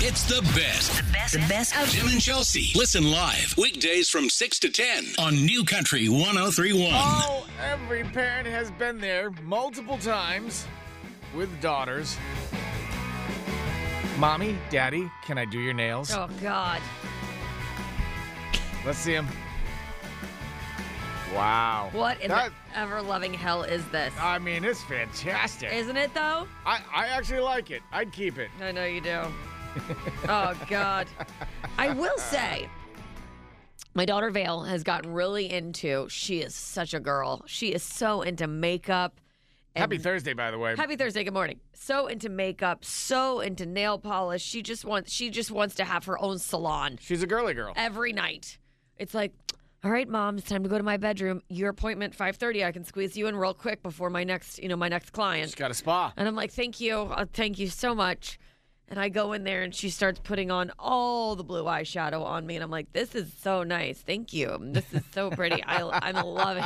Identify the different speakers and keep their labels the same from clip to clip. Speaker 1: It's the best.
Speaker 2: The best, the best of
Speaker 1: Jim and Chelsea. Listen live weekdays from 6 to 10 on New Country 1031.
Speaker 3: Oh, every parent has been there multiple times with daughters. Mommy, daddy, can I do your nails?
Speaker 2: Oh God.
Speaker 3: Let's see them. Wow.
Speaker 2: What in
Speaker 3: That-
Speaker 2: the ever loving hell is this?
Speaker 3: I mean, it's fantastic.
Speaker 2: Isn't it though?
Speaker 3: I, I actually like it. I'd keep it.
Speaker 2: I know you do. oh God. I will say my daughter Vale has gotten really into she is such a girl. She is so into makeup. and-
Speaker 3: Happy Thursday, by the way.
Speaker 2: Happy Thursday, good morning. So into makeup, so into nail polish. She just wants she just wants to have her own salon.
Speaker 3: She's a girly girl.
Speaker 2: every night. It's like, all right, mom, it's time to go to my bedroom. Your appointment five thirty. I can squeeze you in real quick before my next, you know, my next
Speaker 3: She's
Speaker 2: client.
Speaker 3: got a spa.
Speaker 2: And I'm like, thank you, uh, thank you so much. And I go in there and she starts putting on all the blue eyeshadow on me, and I'm like, this is so nice, thank you. This is so pretty. I, I'm loving,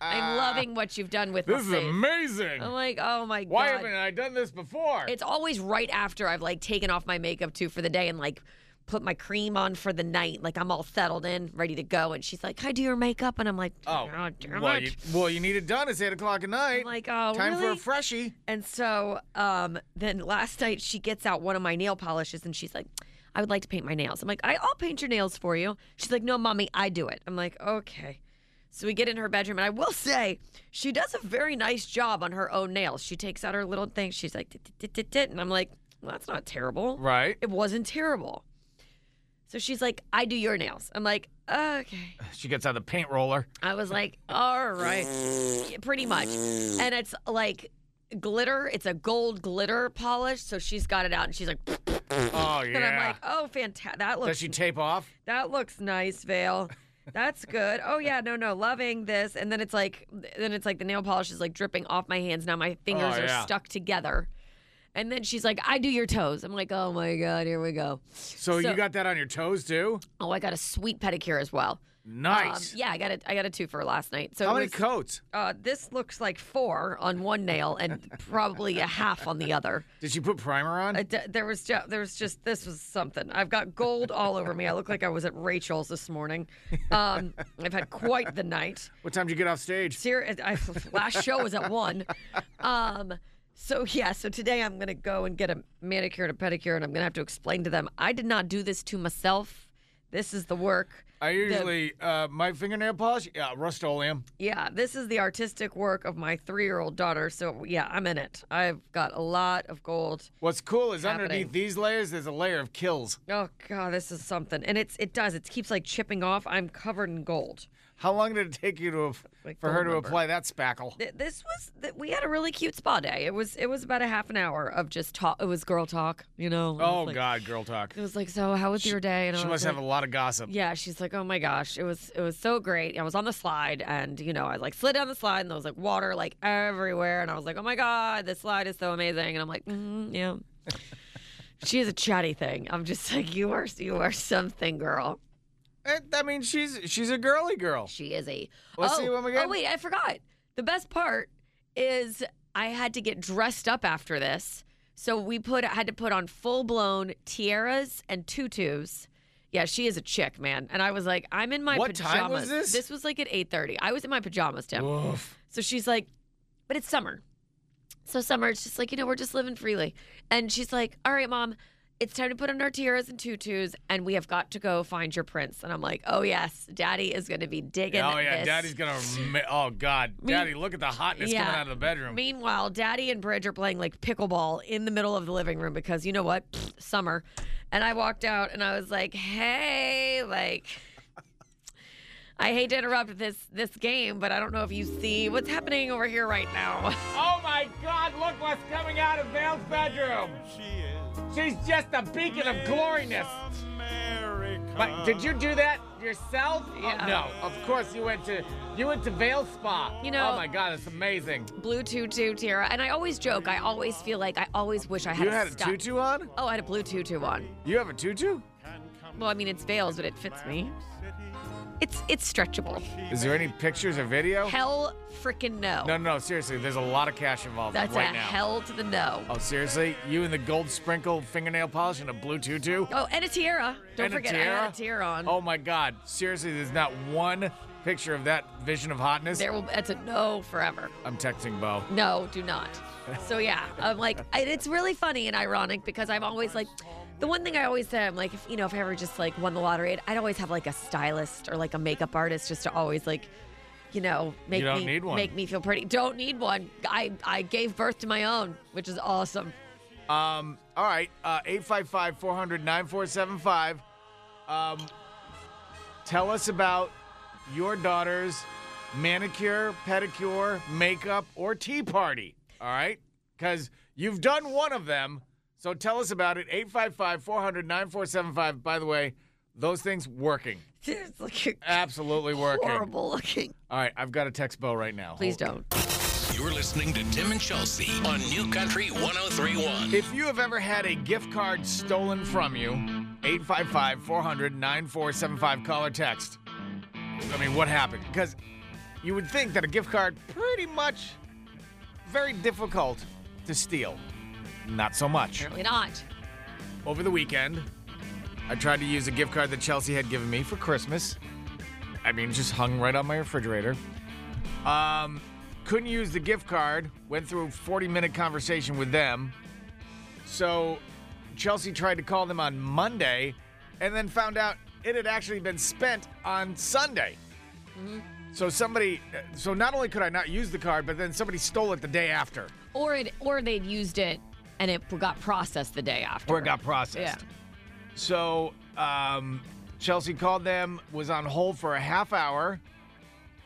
Speaker 2: I'm loving what you've done with my
Speaker 3: This is
Speaker 2: face.
Speaker 3: amazing.
Speaker 2: I'm like, oh my
Speaker 3: Why
Speaker 2: god.
Speaker 3: haven't I done this before?
Speaker 2: It's always right after I've like taken off my makeup too for the day and like put my cream on for the night. Like I'm all settled in, ready to go. And she's like, "Can I do your makeup?" And I'm like,
Speaker 3: oh,
Speaker 2: "Oh, damn
Speaker 3: well,
Speaker 2: it."
Speaker 3: you, well, you need it done. It's 8 o'clock at night.
Speaker 2: I'm like, "Oh,
Speaker 3: Time for
Speaker 2: really?"
Speaker 3: a freshie.
Speaker 2: and so um, then last night she gets out one of my nail polishes and she's like, "I would like to paint my nails." I'm like, I- "I'll paint your nails for you." She's like, "No, mommy, I do it." I'm like, "Okay." So we get in her bedroom, and I will say she does a very nice job on her own nails. She takes out her little thing. She's like, "Tit, tit, tit, tit," and I'm like, "Well, that's not terrible."
Speaker 3: Right.
Speaker 2: it wasn't terrible. So she's like, I do your nails. I'm like, okay.
Speaker 3: She gets out the paint roller.
Speaker 2: I was like, all right, Yeah, pretty much. And it's like glitter, it's a gold glitter polish. So she's got it out and she's like,
Speaker 3: Oh,
Speaker 2: and I'm
Speaker 3: yeah.
Speaker 2: like, oh, fantastic. That
Speaker 3: Does
Speaker 2: looks,
Speaker 3: she tape off?
Speaker 2: that looks nice, Vale. That's good. Oh yeah, no, no, loving this. And then it's like, then it's like the nail polish is like dripping off my hands. Now my fingers
Speaker 3: Oh, yeah.
Speaker 2: are stuck together. And then she's like, I do your toes. I'm like, oh my god, here we go.
Speaker 3: So, you
Speaker 2: So-
Speaker 3: got that on your toes too?
Speaker 2: Oh, I got a sweet pedicure as well. Um,
Speaker 3: Nice.
Speaker 2: yeah, I got a I got a two for last night. So
Speaker 3: How
Speaker 2: it
Speaker 3: many
Speaker 2: was,
Speaker 3: coats?
Speaker 2: uh, this looks like four on one nail and probably a half on the other.
Speaker 3: Did she put primer on?
Speaker 2: I d- there was ju- there was just this was something. I've got gold all over me. I look like I was at Rachel's this morning. Um, I've had quite the night.
Speaker 3: what time did you get off stage?
Speaker 2: Ser- I, last show was at one. Um, so yeah, so today I'm gonna go and get a manicure and a pedicure, and I'm gonna have to explain to them I did not do this to myself. This is the work.
Speaker 3: I usually uh, my fingernail polish, yeah, Rust-Oleum.
Speaker 2: Yeah, this is the artistic work of my three-year-old daughter. So yeah, I'm in it. I've got a lot of gold.
Speaker 3: What's cool is
Speaker 2: Happening.
Speaker 3: underneath these layers, there's a layer of kills.
Speaker 2: Oh god, this is something, and it's it does it keeps like chipping off. I'm covered in gold.
Speaker 3: How long did it take you to
Speaker 2: Like
Speaker 3: for
Speaker 2: gold
Speaker 3: her to
Speaker 2: member.
Speaker 3: apply that spackle?
Speaker 2: Th- This was th- we had a really cute spa day. It was it was about a half an hour of just talk. It was girl talk, you know. It was
Speaker 3: Oh
Speaker 2: like-
Speaker 3: God, girl talk.
Speaker 2: It was like, so how was your day? And I
Speaker 3: She
Speaker 2: was
Speaker 3: must
Speaker 2: like,
Speaker 3: have a lot of gossip.
Speaker 2: Yeah, she's like, oh my gosh, it was it was so great. I was on the slide, and you know, I like slid down the slide, and there was like water like everywhere, and I was like, oh my god, this slide is so amazing, and I'm like, mm, yeah. she is a chatty thing. I'm just like, you are you are something, girl.
Speaker 3: Eh, I mean, she's she's a girly girl.
Speaker 2: She is a.
Speaker 3: Let's
Speaker 2: oh,
Speaker 3: see one again.
Speaker 2: Oh wait, I forgot. The best part is I had to get dressed up after this, so we put I had to put on full blown tiaras and tutus. Yeah, she is a chick, man. And I was like, I'm in my
Speaker 3: What
Speaker 2: pajamas.
Speaker 3: time was this?
Speaker 2: This was like at 8:30. I was in my pajamas, Tim.
Speaker 3: Oof.
Speaker 2: So she's like, but it's summer. So summer, it's just like, you know, we're just living freely. And she's like, all right, mom, it's time to put on our tiaras and tutus, and we have got to go find your prince. And I'm like, oh, yes, daddy is going to be digging
Speaker 3: Oh yeah,
Speaker 2: this.
Speaker 3: Daddy's gonna. ma- Oh God,
Speaker 2: Mean-
Speaker 3: Daddy, look at the hotness coming
Speaker 2: Yeah.
Speaker 3: out of the bedroom.
Speaker 2: Meanwhile, Daddy and Bridge are playing like pickleball in the middle of the living room because you know what? Pfft, summer. And I walked out and I was like, hey, like. I hate to interrupt this this game, but I don't know if you see what's happening over here right now.
Speaker 3: Oh my God, look what's coming out of Vale's bedroom. She's just a beacon of gloriness. But did you do that yourself? Oh,
Speaker 2: Yeah.
Speaker 3: no, of course you went to you went to Vale Spa.
Speaker 2: You know-
Speaker 3: oh my God, it's amazing.
Speaker 2: blue tutu tiara and i always joke i always feel like i always wish i had a, stud-
Speaker 3: on?
Speaker 2: oh i had a blue tutu on
Speaker 3: You have a tutu?
Speaker 2: well i mean it's veils but it fits me It's it's stretchable.
Speaker 3: Is there any pictures or video?
Speaker 2: Hell freaking no.
Speaker 3: No, no, no, seriously. There's a lot of cash involved
Speaker 2: That's
Speaker 3: right
Speaker 2: a
Speaker 3: now.
Speaker 2: hell to the no.
Speaker 3: Oh, seriously? You and the gold sprinkle fingernail polish and a blue tutu?
Speaker 2: Oh, and a tiara. Don't
Speaker 3: and
Speaker 2: forget
Speaker 3: a tiara?
Speaker 2: I had a tiara on.
Speaker 3: Oh my God! Seriously, there's not one picture of that vision of hotness.
Speaker 2: There will that's a no forever.
Speaker 3: I'm texting Bo.
Speaker 2: No, do not. So yeah, I'm like, and it's really funny and ironic because I'm always like, the one thing I always say, I'm like, if you know, if I ever just like won the lottery, I'd, I'd always have like a stylist or like a makeup artist just to always like, you know, make
Speaker 3: don't
Speaker 2: me
Speaker 3: need one.
Speaker 2: make me feel pretty. Don't need one. I I gave birth to my own, which is awesome.
Speaker 3: Um, all right, uh, 855-400-9475. Um, tell us about your daughter's manicure, pedicure, makeup, or tea party. All right, because you've done one of them. So tell us about it. 855-400-9475. By the way, those things working.
Speaker 2: It's like
Speaker 3: Absolutely working.
Speaker 2: horrible looking.
Speaker 3: All right, I've got to text Bo right now.
Speaker 2: Please
Speaker 3: Hold-
Speaker 2: don't.
Speaker 1: You're listening to Tim and Chelsea on New Country 1031.
Speaker 3: If you have ever had a gift card stolen from you, 855 400 9475, call or text. I mean, what happened? Because you would think that a gift card, pretty much very difficult to steal. Not so much.
Speaker 2: Apparently not.
Speaker 3: Over the weekend, I tried to use a gift card that Chelsea had given me for Christmas. I mean, it just hung right on my refrigerator. Um, couldn't use the gift card. Went through a 40 minute conversation with them. So Chelsea tried to call them on Monday and then found out it had actually been spent on Sunday. So somebody, so not only could I not use the card, but then somebody stole it the day after.
Speaker 2: Or it or they'd used it and it got processed the day after.
Speaker 3: Or it got processed.
Speaker 2: Yeah.
Speaker 3: So um, Chelsea called them, was on hold for a half hour.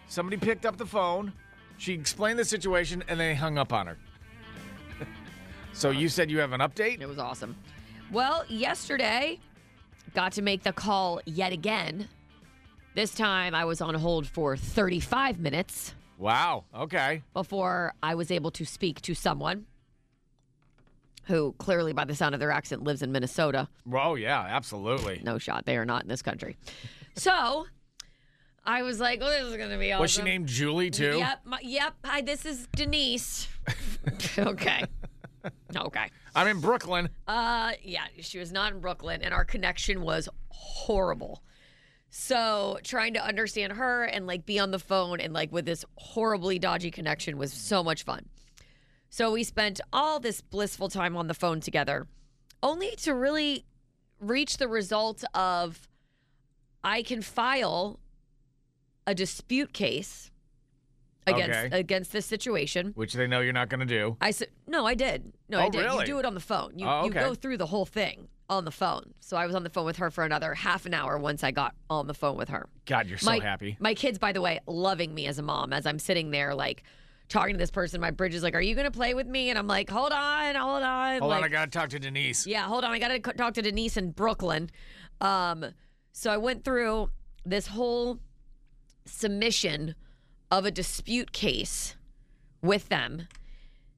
Speaker 3: Somebody picked up the phone. She explained the situation, and they hung up on her. so you said you have an update?
Speaker 2: It was awesome. Well, yesterday, got to make the call yet again. This time I was on hold for 35 minutes
Speaker 3: Wow. Okay.
Speaker 2: before I was able to speak to someone who clearly, by the sound of their accent, lives in Minnesota.
Speaker 3: Oh yeah, absolutely.
Speaker 2: No shot. They are not in this country. So I was like, well, this is going to be awesome.
Speaker 3: Was she named Julie too?
Speaker 2: Yep. my- yep. Hi, this is Denise. okay. Okay.
Speaker 3: I'm in Brooklyn.
Speaker 2: Uh, yeah, she was not in Brooklyn, and our connection was horrible. So trying to understand her and like be on the phone and like with this horribly dodgy connection was so much fun. So we spent all this blissful time on the phone together, only to really reach the result of I can file a dispute case against
Speaker 3: Okay.
Speaker 2: against this situation.
Speaker 3: Which they know you're not going to do.
Speaker 2: I said, no, I did. No,
Speaker 3: Oh,
Speaker 2: I did.
Speaker 3: really?
Speaker 2: You do it on the phone. You,
Speaker 3: Oh,
Speaker 2: you
Speaker 3: okay.
Speaker 2: go through the whole thing on the phone. So I was on the phone with her for another half an hour once I got on the phone with her.
Speaker 3: God, you're so
Speaker 2: my,
Speaker 3: happy.
Speaker 2: My kids, by the way, loving me as a mom as I'm sitting there, like, talking to this person. My bridge is like, are you going to play with me? And I'm like, hold on, hold on.
Speaker 3: Hold
Speaker 2: like,
Speaker 3: on, I got to talk to Denise.
Speaker 2: yeah, hold on. I got to talk to Denise in Brooklyn. Um, so I went through this whole submission of a dispute case with them,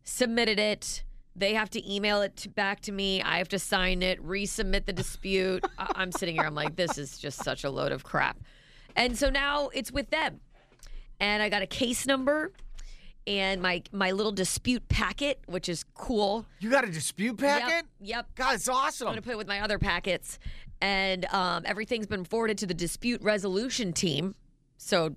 Speaker 2: submitted it. They have to email it to, back to me. I have to sign it, resubmit the dispute. I- I'm sitting here. I'm like, this is just such a load of crap. And so now it's with them. And I got a case number and my my little dispute packet, which is cool.
Speaker 3: You got a
Speaker 2: Yep,
Speaker 3: dispute packet?
Speaker 2: yep.
Speaker 3: God, it's
Speaker 2: I'm
Speaker 3: awesome.
Speaker 2: going to put it with my other packets. And um, everything's been forwarded to the dispute resolution team. So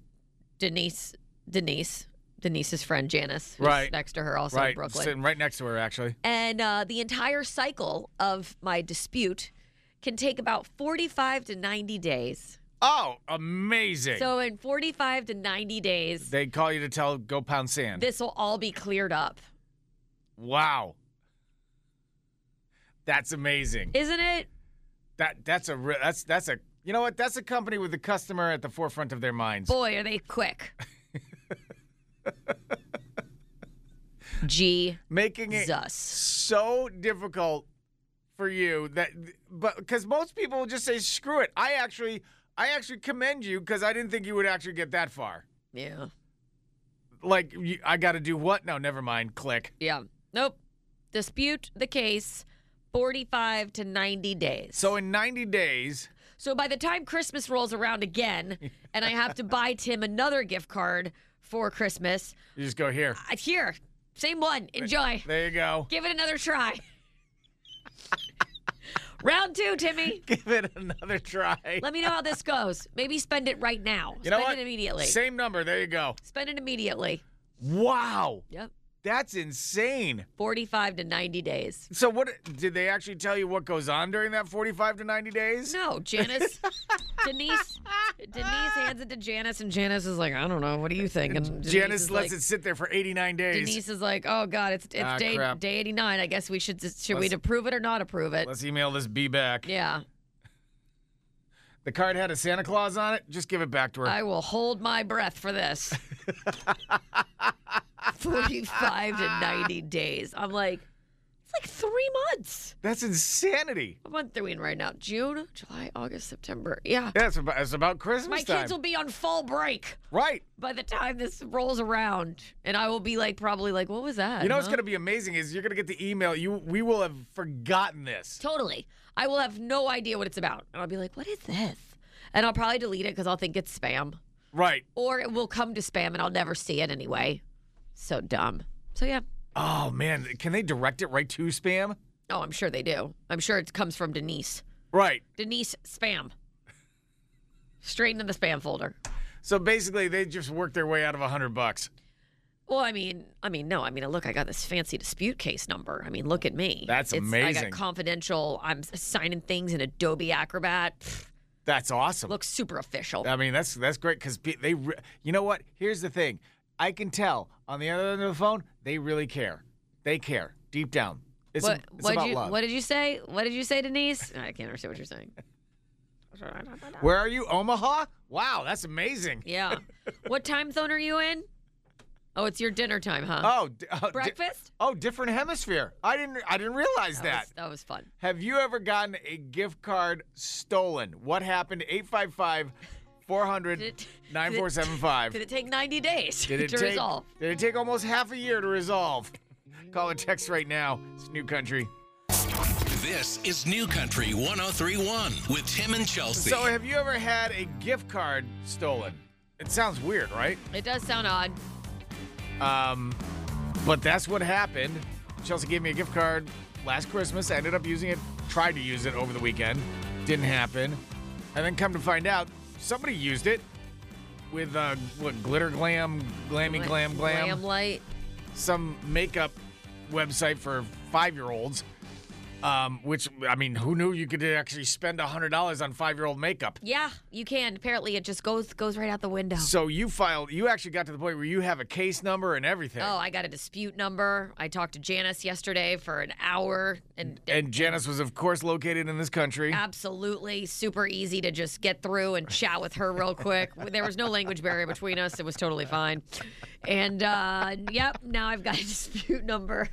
Speaker 2: Denise, Denise, Denise's friend Janice, who's
Speaker 3: Right.
Speaker 2: next to her, also in
Speaker 3: right,
Speaker 2: Brooklyn.
Speaker 3: sitting right next to her actually.
Speaker 2: And uh, the entire cycle of my dispute can take about 45 to 90 days.
Speaker 3: Oh, amazing.
Speaker 2: So in 45 to 90 days,
Speaker 3: They call you to tell go pound sand.
Speaker 2: this will all be cleared up.
Speaker 3: wow, that's amazing.
Speaker 2: Isn't it?
Speaker 3: that that's a re- that's that's a you know what that's a company with the customer at the forefront of their minds.
Speaker 2: Boy, are they quick. G.
Speaker 3: making it
Speaker 2: Zus.
Speaker 3: so difficult for you that but because most people will just say screw it. I actually I actually commend you because I didn't think you would actually get that far.
Speaker 2: Yeah.
Speaker 3: Like you, I got to do what? No, never mind. Click.
Speaker 2: Yeah. Nope. Dispute the case 45 to 90 days.
Speaker 3: So in 90 days,
Speaker 2: So by the time Christmas rolls around again and I have to buy Tim another gift card for Christmas,
Speaker 3: You just go here.
Speaker 2: I- here, same one. Enjoy.
Speaker 3: There you go.
Speaker 2: Give it another try. Round two, Timmy.
Speaker 3: Give it another try.
Speaker 2: Let me know how this goes. Maybe spend it right now.
Speaker 3: you know
Speaker 2: spend
Speaker 3: what?
Speaker 2: it immediately.
Speaker 3: Same number. There you go.
Speaker 2: spend it immediately.
Speaker 3: Wow.
Speaker 2: Yep.
Speaker 3: That's insane.
Speaker 2: 45 to 90 days.
Speaker 3: So what did they actually tell you what goes on during that 45 to 90 days?
Speaker 2: No, Janice. Denise Denise hands it to Janice and Janice is like, I don't know, what do you think? And Denise
Speaker 3: Janice
Speaker 2: is
Speaker 3: lets
Speaker 2: like-
Speaker 3: it sit there for 89 days.
Speaker 2: Denise is like, "Oh God, it's it's
Speaker 3: Ah,
Speaker 2: day
Speaker 3: crap.
Speaker 2: day eighty nine. I guess we should just- should
Speaker 3: Let's-
Speaker 2: we approve it or not approve it?
Speaker 3: Let's email this B back.
Speaker 2: Yeah,
Speaker 3: The card had a Santa Claus on it. Just give it back to her.
Speaker 2: I will hold my breath for this. Forty five to ninety days. I'm like, it's like three months.
Speaker 3: That's insanity.
Speaker 2: What month are we in right now? June, July, August, September. Yeah,
Speaker 3: That's about, that's about Christmas
Speaker 2: my
Speaker 3: time.
Speaker 2: kids will be on fall break
Speaker 3: right.
Speaker 2: by the time this rolls around, and I will be like, probably like, what was that?
Speaker 3: You know what's
Speaker 2: huh?"
Speaker 3: going to be amazing is you're going to get the email. You we will have forgotten this.
Speaker 2: Totally. I will have no idea what it's about. And I'll be like, what is this? And I'll probably delete it because I'll think it's spam.
Speaker 3: Right.
Speaker 2: Or it will come to spam and I'll never see it anyway. So dumb. So yeah.
Speaker 3: Oh man, can they direct it right to spam?
Speaker 2: Oh, I'm sure they do. I'm sure it comes from Denise.
Speaker 3: Right.
Speaker 2: Denise spam. Straight into the spam folder.
Speaker 3: So basically, they just work their way out of a hundred bucks.
Speaker 2: Well, I mean, I mean, no, I mean, look, I got this fancy dispute case number. I mean, look at me.
Speaker 3: That's
Speaker 2: It's- I
Speaker 3: amazing.
Speaker 2: got confidential. I'm signing things in Adobe Acrobat. Pfft,
Speaker 3: That's awesome.
Speaker 2: looks super official.
Speaker 3: I mean, that's that's great because they. Re- you know what? Here's the thing. I can tell on the other end of the phone they really care. They care deep down. It's,
Speaker 2: What,
Speaker 3: it's
Speaker 2: what'd
Speaker 3: about
Speaker 2: you,
Speaker 3: love.
Speaker 2: what did you say? What did you say, Denise? I can't understand what you're saying.
Speaker 3: Where are you, Omaha? Wow, that's amazing.
Speaker 2: Yeah. what time zone are you in? Oh, it's your dinner time, huh?
Speaker 3: Oh, d- oh, di-
Speaker 2: Breakfast?
Speaker 3: oh, different hemisphere. I didn't. I didn't realize that.
Speaker 2: was, that was fun.
Speaker 3: Have you ever gotten a gift card stolen? What happened? 855 400
Speaker 2: Did it- did it-
Speaker 3: 9475.
Speaker 2: Did it take 90 days
Speaker 3: Did it
Speaker 2: to
Speaker 3: take,
Speaker 2: resolve?
Speaker 3: Did it take almost half a year to resolve? Call or text right now. It's New Country.
Speaker 1: This is New Country 1031 with Tim and Chelsea.
Speaker 3: So, have you ever had a gift card stolen? It sounds weird, right?
Speaker 2: It does sound odd.
Speaker 3: Um, but that's what happened. Chelsea gave me a gift card last Christmas. I ended up using it, tried to use it over the weekend. Didn't happen. And then come to find out, somebody used it with uh, what glitter glam, glammy
Speaker 2: Like,
Speaker 3: glam, glam,
Speaker 2: Glam light.
Speaker 3: some makeup website for five year olds. Um, which I mean, who knew you could actually spend hundred dollars on five year old makeup?
Speaker 2: Yeah, you can. Apparently, it just goes goes right out the window.
Speaker 3: So you filed. You actually got to the point where you have a case number and everything.
Speaker 2: Oh, I got a dispute number. I talked to Janice yesterday for an hour, and
Speaker 3: And Janice was, of course, located in this country.
Speaker 2: absolutely super easy to just get through and chat with her real quick. There was no language barrier between us. It was totally fine. And uh, yep, now I've got a dispute number.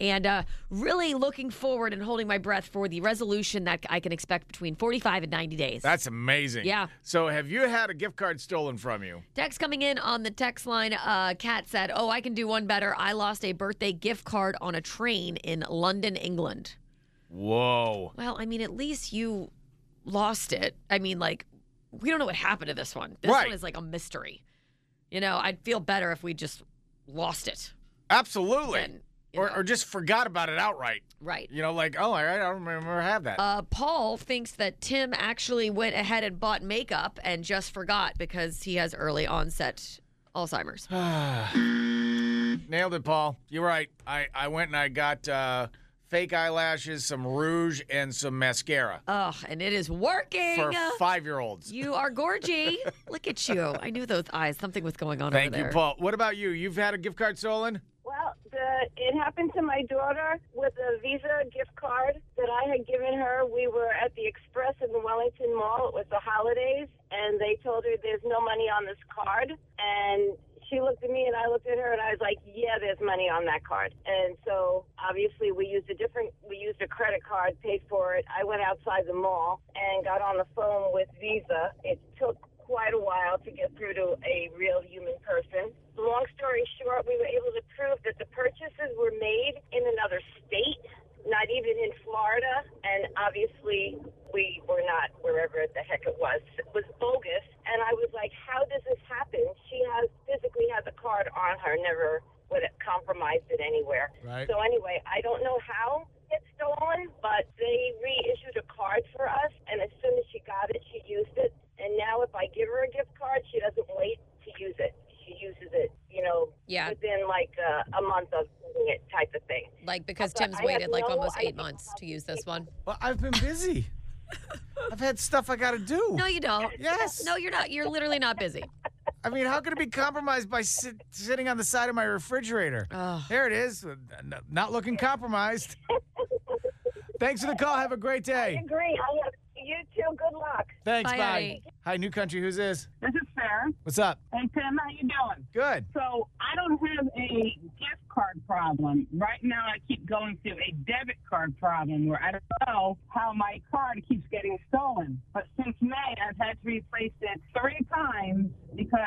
Speaker 2: And uh, really looking forward and holding my breath for the resolution that I can expect between 45 and 90 days.
Speaker 3: That's amazing.
Speaker 2: Yeah.
Speaker 3: So have you had a gift card stolen from you?
Speaker 2: Text coming in on the text line. Uh, Kat said, Oh, I can do one better. I lost a birthday gift card on a train in London, England.
Speaker 3: Whoa.
Speaker 2: Well, I mean, at least you lost it. I mean, like, we don't know what happened to this one. This
Speaker 3: Right.
Speaker 2: one is like a mystery. You know, I'd feel better if we just lost it.
Speaker 3: Absolutely.
Speaker 2: And, you
Speaker 3: or,
Speaker 2: know.
Speaker 3: or just forgot about it outright.
Speaker 2: Right.
Speaker 3: You know, like, oh, I, I don't remember I had that.
Speaker 2: Uh, Paul thinks that Tim actually went ahead and bought makeup and just forgot because he has early onset Alzheimer's.
Speaker 3: Nailed it, Paul. You're right. I, I went and I got uh, fake eyelashes, some rouge, and some mascara
Speaker 2: Ugh, and it is working.
Speaker 3: for five year olds.
Speaker 2: you are gorgy. Look at you. I knew those eyes. Something was going on
Speaker 3: Thank
Speaker 2: over
Speaker 3: you,
Speaker 2: there.
Speaker 3: Paul. What about you? You've had a gift card stolen?
Speaker 4: Well, the, it happened to my daughter with a Visa gift card that I had given her. We were at the Express in the Wellington Mall. It was the holidays, and they told her there's no money on this card. And she looked at me, and I looked at her, and I was like, "Yeah, there's money on that card." And so obviously we used a different, we used a credit card, paid for it. I went outside the mall and got on the phone with Visa. It took quite a while to get through to a real human person. Long story short, we were able to prove that the purchases were made in another state. not even in Florida. And obviously, we were not wherever the heck it was. It was bogus. And I was like, how does this happen? She has physically had the card on her, never would have compromised it anywhere.
Speaker 3: Right.
Speaker 4: So anyway, I don't know how it's stolen, but they reissued a card for us. And as soon as she got it, she used it. And now if I give her a gift card, she doesn't wait to use it. She uses it, you know,
Speaker 2: Yeah.
Speaker 4: within like a, a month of using it type of thing.
Speaker 5: Like because
Speaker 4: But
Speaker 5: Tim's
Speaker 4: I
Speaker 5: waited
Speaker 4: have
Speaker 5: like
Speaker 4: no
Speaker 5: almost eight
Speaker 4: idea
Speaker 5: months
Speaker 4: how
Speaker 5: to use this one.
Speaker 3: Well, I've been busy. I've had stuff I got to do.
Speaker 2: No, you don't.
Speaker 3: Yes.
Speaker 2: No, you're not. You're literally not busy.
Speaker 3: I mean, how could it be compromised by sit, sitting on the side of my refrigerator?
Speaker 2: Oh.
Speaker 3: There it is. N- Not looking compromised. Thanks for the call. Have a great day.
Speaker 4: Agree. I have, you too. Good luck.
Speaker 3: Thanks.
Speaker 2: Bye,
Speaker 3: Bye.
Speaker 2: Artie.
Speaker 3: Hi, New Country. Who's this?
Speaker 6: This is fair.
Speaker 3: What's up?
Speaker 6: Hey Tim, how you doing?
Speaker 3: Good.
Speaker 6: So I don't have a gift card problem. Right now I keep going through a debit card problem where I don't know how my card keeps getting stolen. But since May I've had to replace it three times because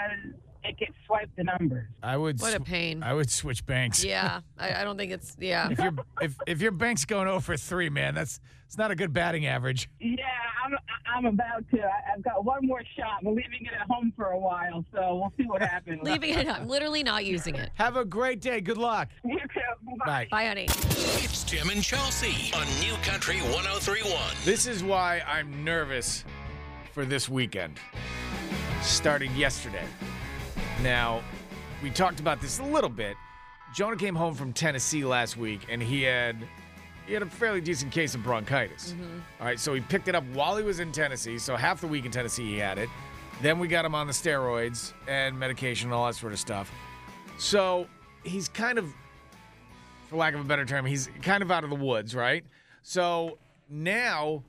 Speaker 6: it gets swiped the numbers.
Speaker 3: I would.
Speaker 2: What a
Speaker 3: sw-
Speaker 2: pain.
Speaker 3: I would switch banks.
Speaker 2: Yeah. I, I don't think it's, yeah.
Speaker 3: If your if if your bank's going over three, man, that's it's not a good batting average.
Speaker 6: Yeah, I'm I'm about to. I- I've got one more shot. We're leaving it at home for a while, so we'll see what happens.
Speaker 2: Leaving it. I'm literally not using it.
Speaker 3: Have a great day. Good luck.
Speaker 6: You too.
Speaker 3: Bye.
Speaker 2: Bye, honey.
Speaker 1: It's Tim and Chelsea on New Country 1031.
Speaker 3: This is why I'm nervous for this weekend. Started yesterday. Now, we talked about this a little bit. Jonah came home from Tennessee last week and he had he had a fairly decent case of bronchitis. All right, so he picked it up while he was in Tennessee. So half the week in Tennessee he had it. Then we got him on the steroids and medication and all that sort of stuff. So he's kind of for lack of a better term, he's kind of out of the woods, right? So now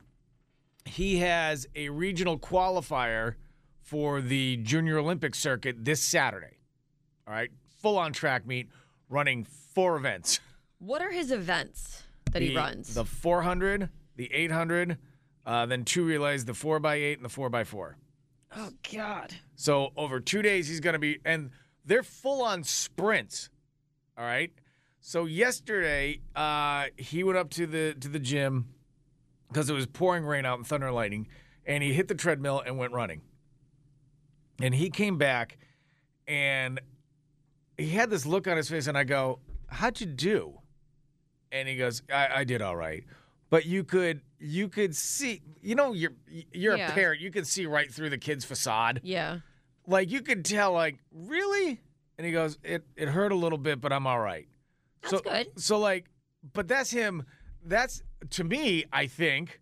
Speaker 3: he has a regional qualifier for the Junior Olympic circuit this Saturday. All right, full on track meet, running four events
Speaker 2: What are his events that he
Speaker 3: the-
Speaker 2: runs?
Speaker 3: the 400, the 800, uh, then two relays, the 4x8 and the 4x4.
Speaker 2: oh, God.
Speaker 3: So over two days, he's going to be, and they're full on sprints. All right. So yesterday, uh, he went up to the to the gym because it was pouring rain out and thunder and lightning, and he hit the treadmill and went running. And he came back, and he had this look on his face, and I go, "How'd you do?" And he goes, "I, I did all right." But you could you could see you know you're you're
Speaker 2: Yeah.
Speaker 3: a parent you can see right through the kid's facade
Speaker 2: Yeah.
Speaker 3: like you could tell like really and he goes it it hurt a little bit but i'm all right
Speaker 2: That's
Speaker 3: so
Speaker 2: good.
Speaker 3: so like but that's him that's to me i think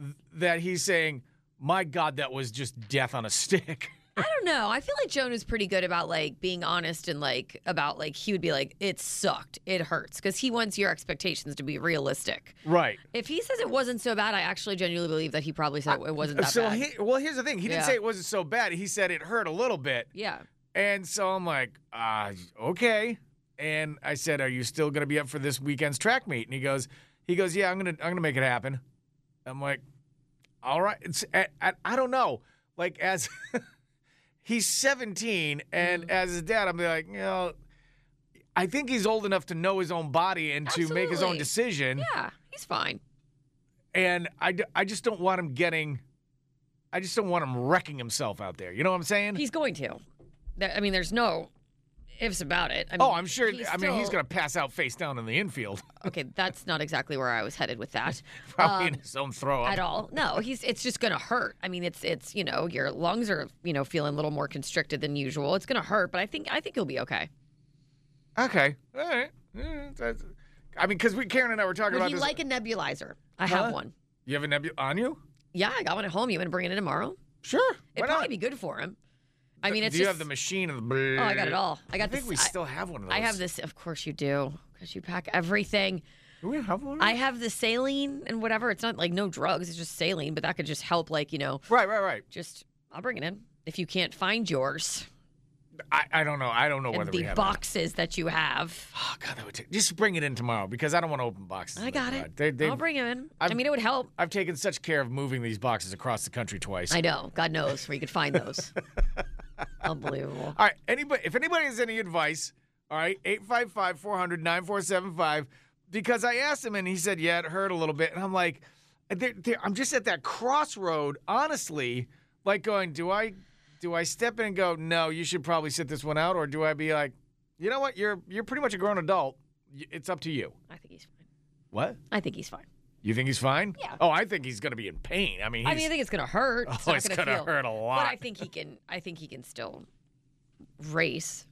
Speaker 3: th- that he's saying my god that was just death on a stick
Speaker 2: I don't know. I feel like Joan was pretty good about like being honest and like about like he would be like, it sucked. It hurts. Because he wants your expectations to be realistic.
Speaker 3: right
Speaker 2: If he says it wasn't so bad, I actually genuinely believe that he probably said it wasn't that
Speaker 3: so
Speaker 2: bad.
Speaker 3: he well here's the thing he didn't
Speaker 2: Yeah.
Speaker 3: say it wasn't so bad he said it hurt a little bit
Speaker 2: yeah.
Speaker 3: and so i'm like uh okay and i said are you still gonna be up for this weekend's track meet and he goes he goes yeah i'm gonna i'm gonna make it happen I'm like, all right. It's, I, I, I don't know. Like, as he's 17,
Speaker 2: Mm-hmm.
Speaker 3: and as his dad, I'm like, you know, I think he's old enough to know his own body and to make his own
Speaker 2: Absolutely.
Speaker 3: decision.
Speaker 2: Yeah. He's fine.
Speaker 3: And I, d- I just don't want him getting, I just don't want him wrecking himself out there. You know what I'm saying?
Speaker 2: He's going to. That- I mean, there's no ifs about it. I mean,
Speaker 3: oh, I'm sure. I
Speaker 2: Mm-hmm. he's
Speaker 3: mean, he's
Speaker 2: still-
Speaker 3: going to pass out face down in the infield,
Speaker 2: Okay, that's not exactly where I was headed with that. um,
Speaker 3: probably in his own throw up.
Speaker 2: at all. No, he's it's just gonna hurt. I mean, it's it's you know your lungs are you know feeling a little more constricted than usual. It's gonna hurt, but I think I think he'll be okay.
Speaker 3: Okay. All right. Yeah, that's- I mean, because we, Karen and I were talking
Speaker 2: Would
Speaker 3: about
Speaker 2: you
Speaker 3: this.
Speaker 2: like a nebulizer? I have
Speaker 3: Huh?
Speaker 2: one.
Speaker 3: you have a nebula on you?
Speaker 2: Yeah, I got one at home. You want to bring it in tomorrow?
Speaker 3: Sure.
Speaker 2: It'd probably be good for him. I mean, it's
Speaker 3: Uh, do you have
Speaker 2: just,
Speaker 3: the machine and the?
Speaker 2: oh, I got it all. I
Speaker 3: I
Speaker 2: got
Speaker 3: think
Speaker 2: this.
Speaker 3: we
Speaker 2: I-
Speaker 3: still have one of those.
Speaker 2: I have this. Of course you do, because you pack everything.
Speaker 3: Do we have one?
Speaker 2: I have the saline and whatever. It's not like no drugs. It's just saline, but that could just help. Like you know,
Speaker 3: right, right, right.
Speaker 2: just I'll bring it in if you can't find yours
Speaker 3: I, I don't know. I don't know
Speaker 2: and
Speaker 3: whether we
Speaker 2: the
Speaker 3: have. it.
Speaker 2: boxes that you have.
Speaker 3: Oh God, that would take, just bring it in tomorrow because I don't want to open boxes. in
Speaker 2: I
Speaker 3: the
Speaker 2: got
Speaker 3: garage.
Speaker 2: it.
Speaker 3: Oh They, they,
Speaker 2: I'll bring him in. i
Speaker 3: I've-
Speaker 2: mean, it would help.
Speaker 3: I've taken such care of moving these boxes across the country twice.
Speaker 2: I know. God knows where you could find those. Unbelievable.
Speaker 3: all right. Anybody, if anybody has any advice, all right, 855 400 9475. because I asked him and he said, yeah, it hurt a little bit. And I'm like, there- there- I'm just at that crossroad, honestly, like going, do I, do I step in and go, no, you should probably sit this one out, or do I be like, you know what, you're you're pretty much a grown adult. Y- It's up to you.
Speaker 2: I think he's fine.
Speaker 3: What?
Speaker 2: I think he's fine.
Speaker 3: You think he's fine?
Speaker 2: Yeah.
Speaker 3: Oh, I think he's gonna be in pain. I mean, he's,
Speaker 2: I mean, I think it's gonna hurt. It's
Speaker 3: Oh,
Speaker 2: not
Speaker 3: it's
Speaker 2: gonna,
Speaker 3: gonna
Speaker 2: feel-
Speaker 3: hurt a lot.
Speaker 2: But I think he can. I think he can still race.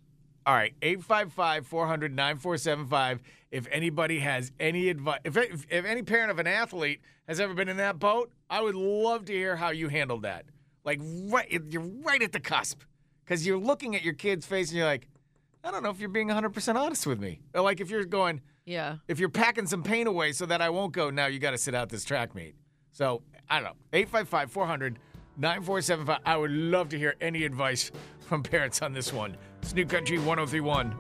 Speaker 3: All right, 855 400 9475. If anybody has any advice, if, if, if any parent of an athlete has ever been in that boat, I would love to hear how you handled that. Like, right, you're right at the cusp because you're looking at your kid's face and you're like, I don't know if you're being 100% honest with me. Or like, if you're going,
Speaker 2: Yeah.
Speaker 3: if you're packing some pain away so that I won't go, now you got to sit out this track meet. So, I don't know. 855 400 9475. I would love to hear any advice from parents on this one. It's New Country 1031.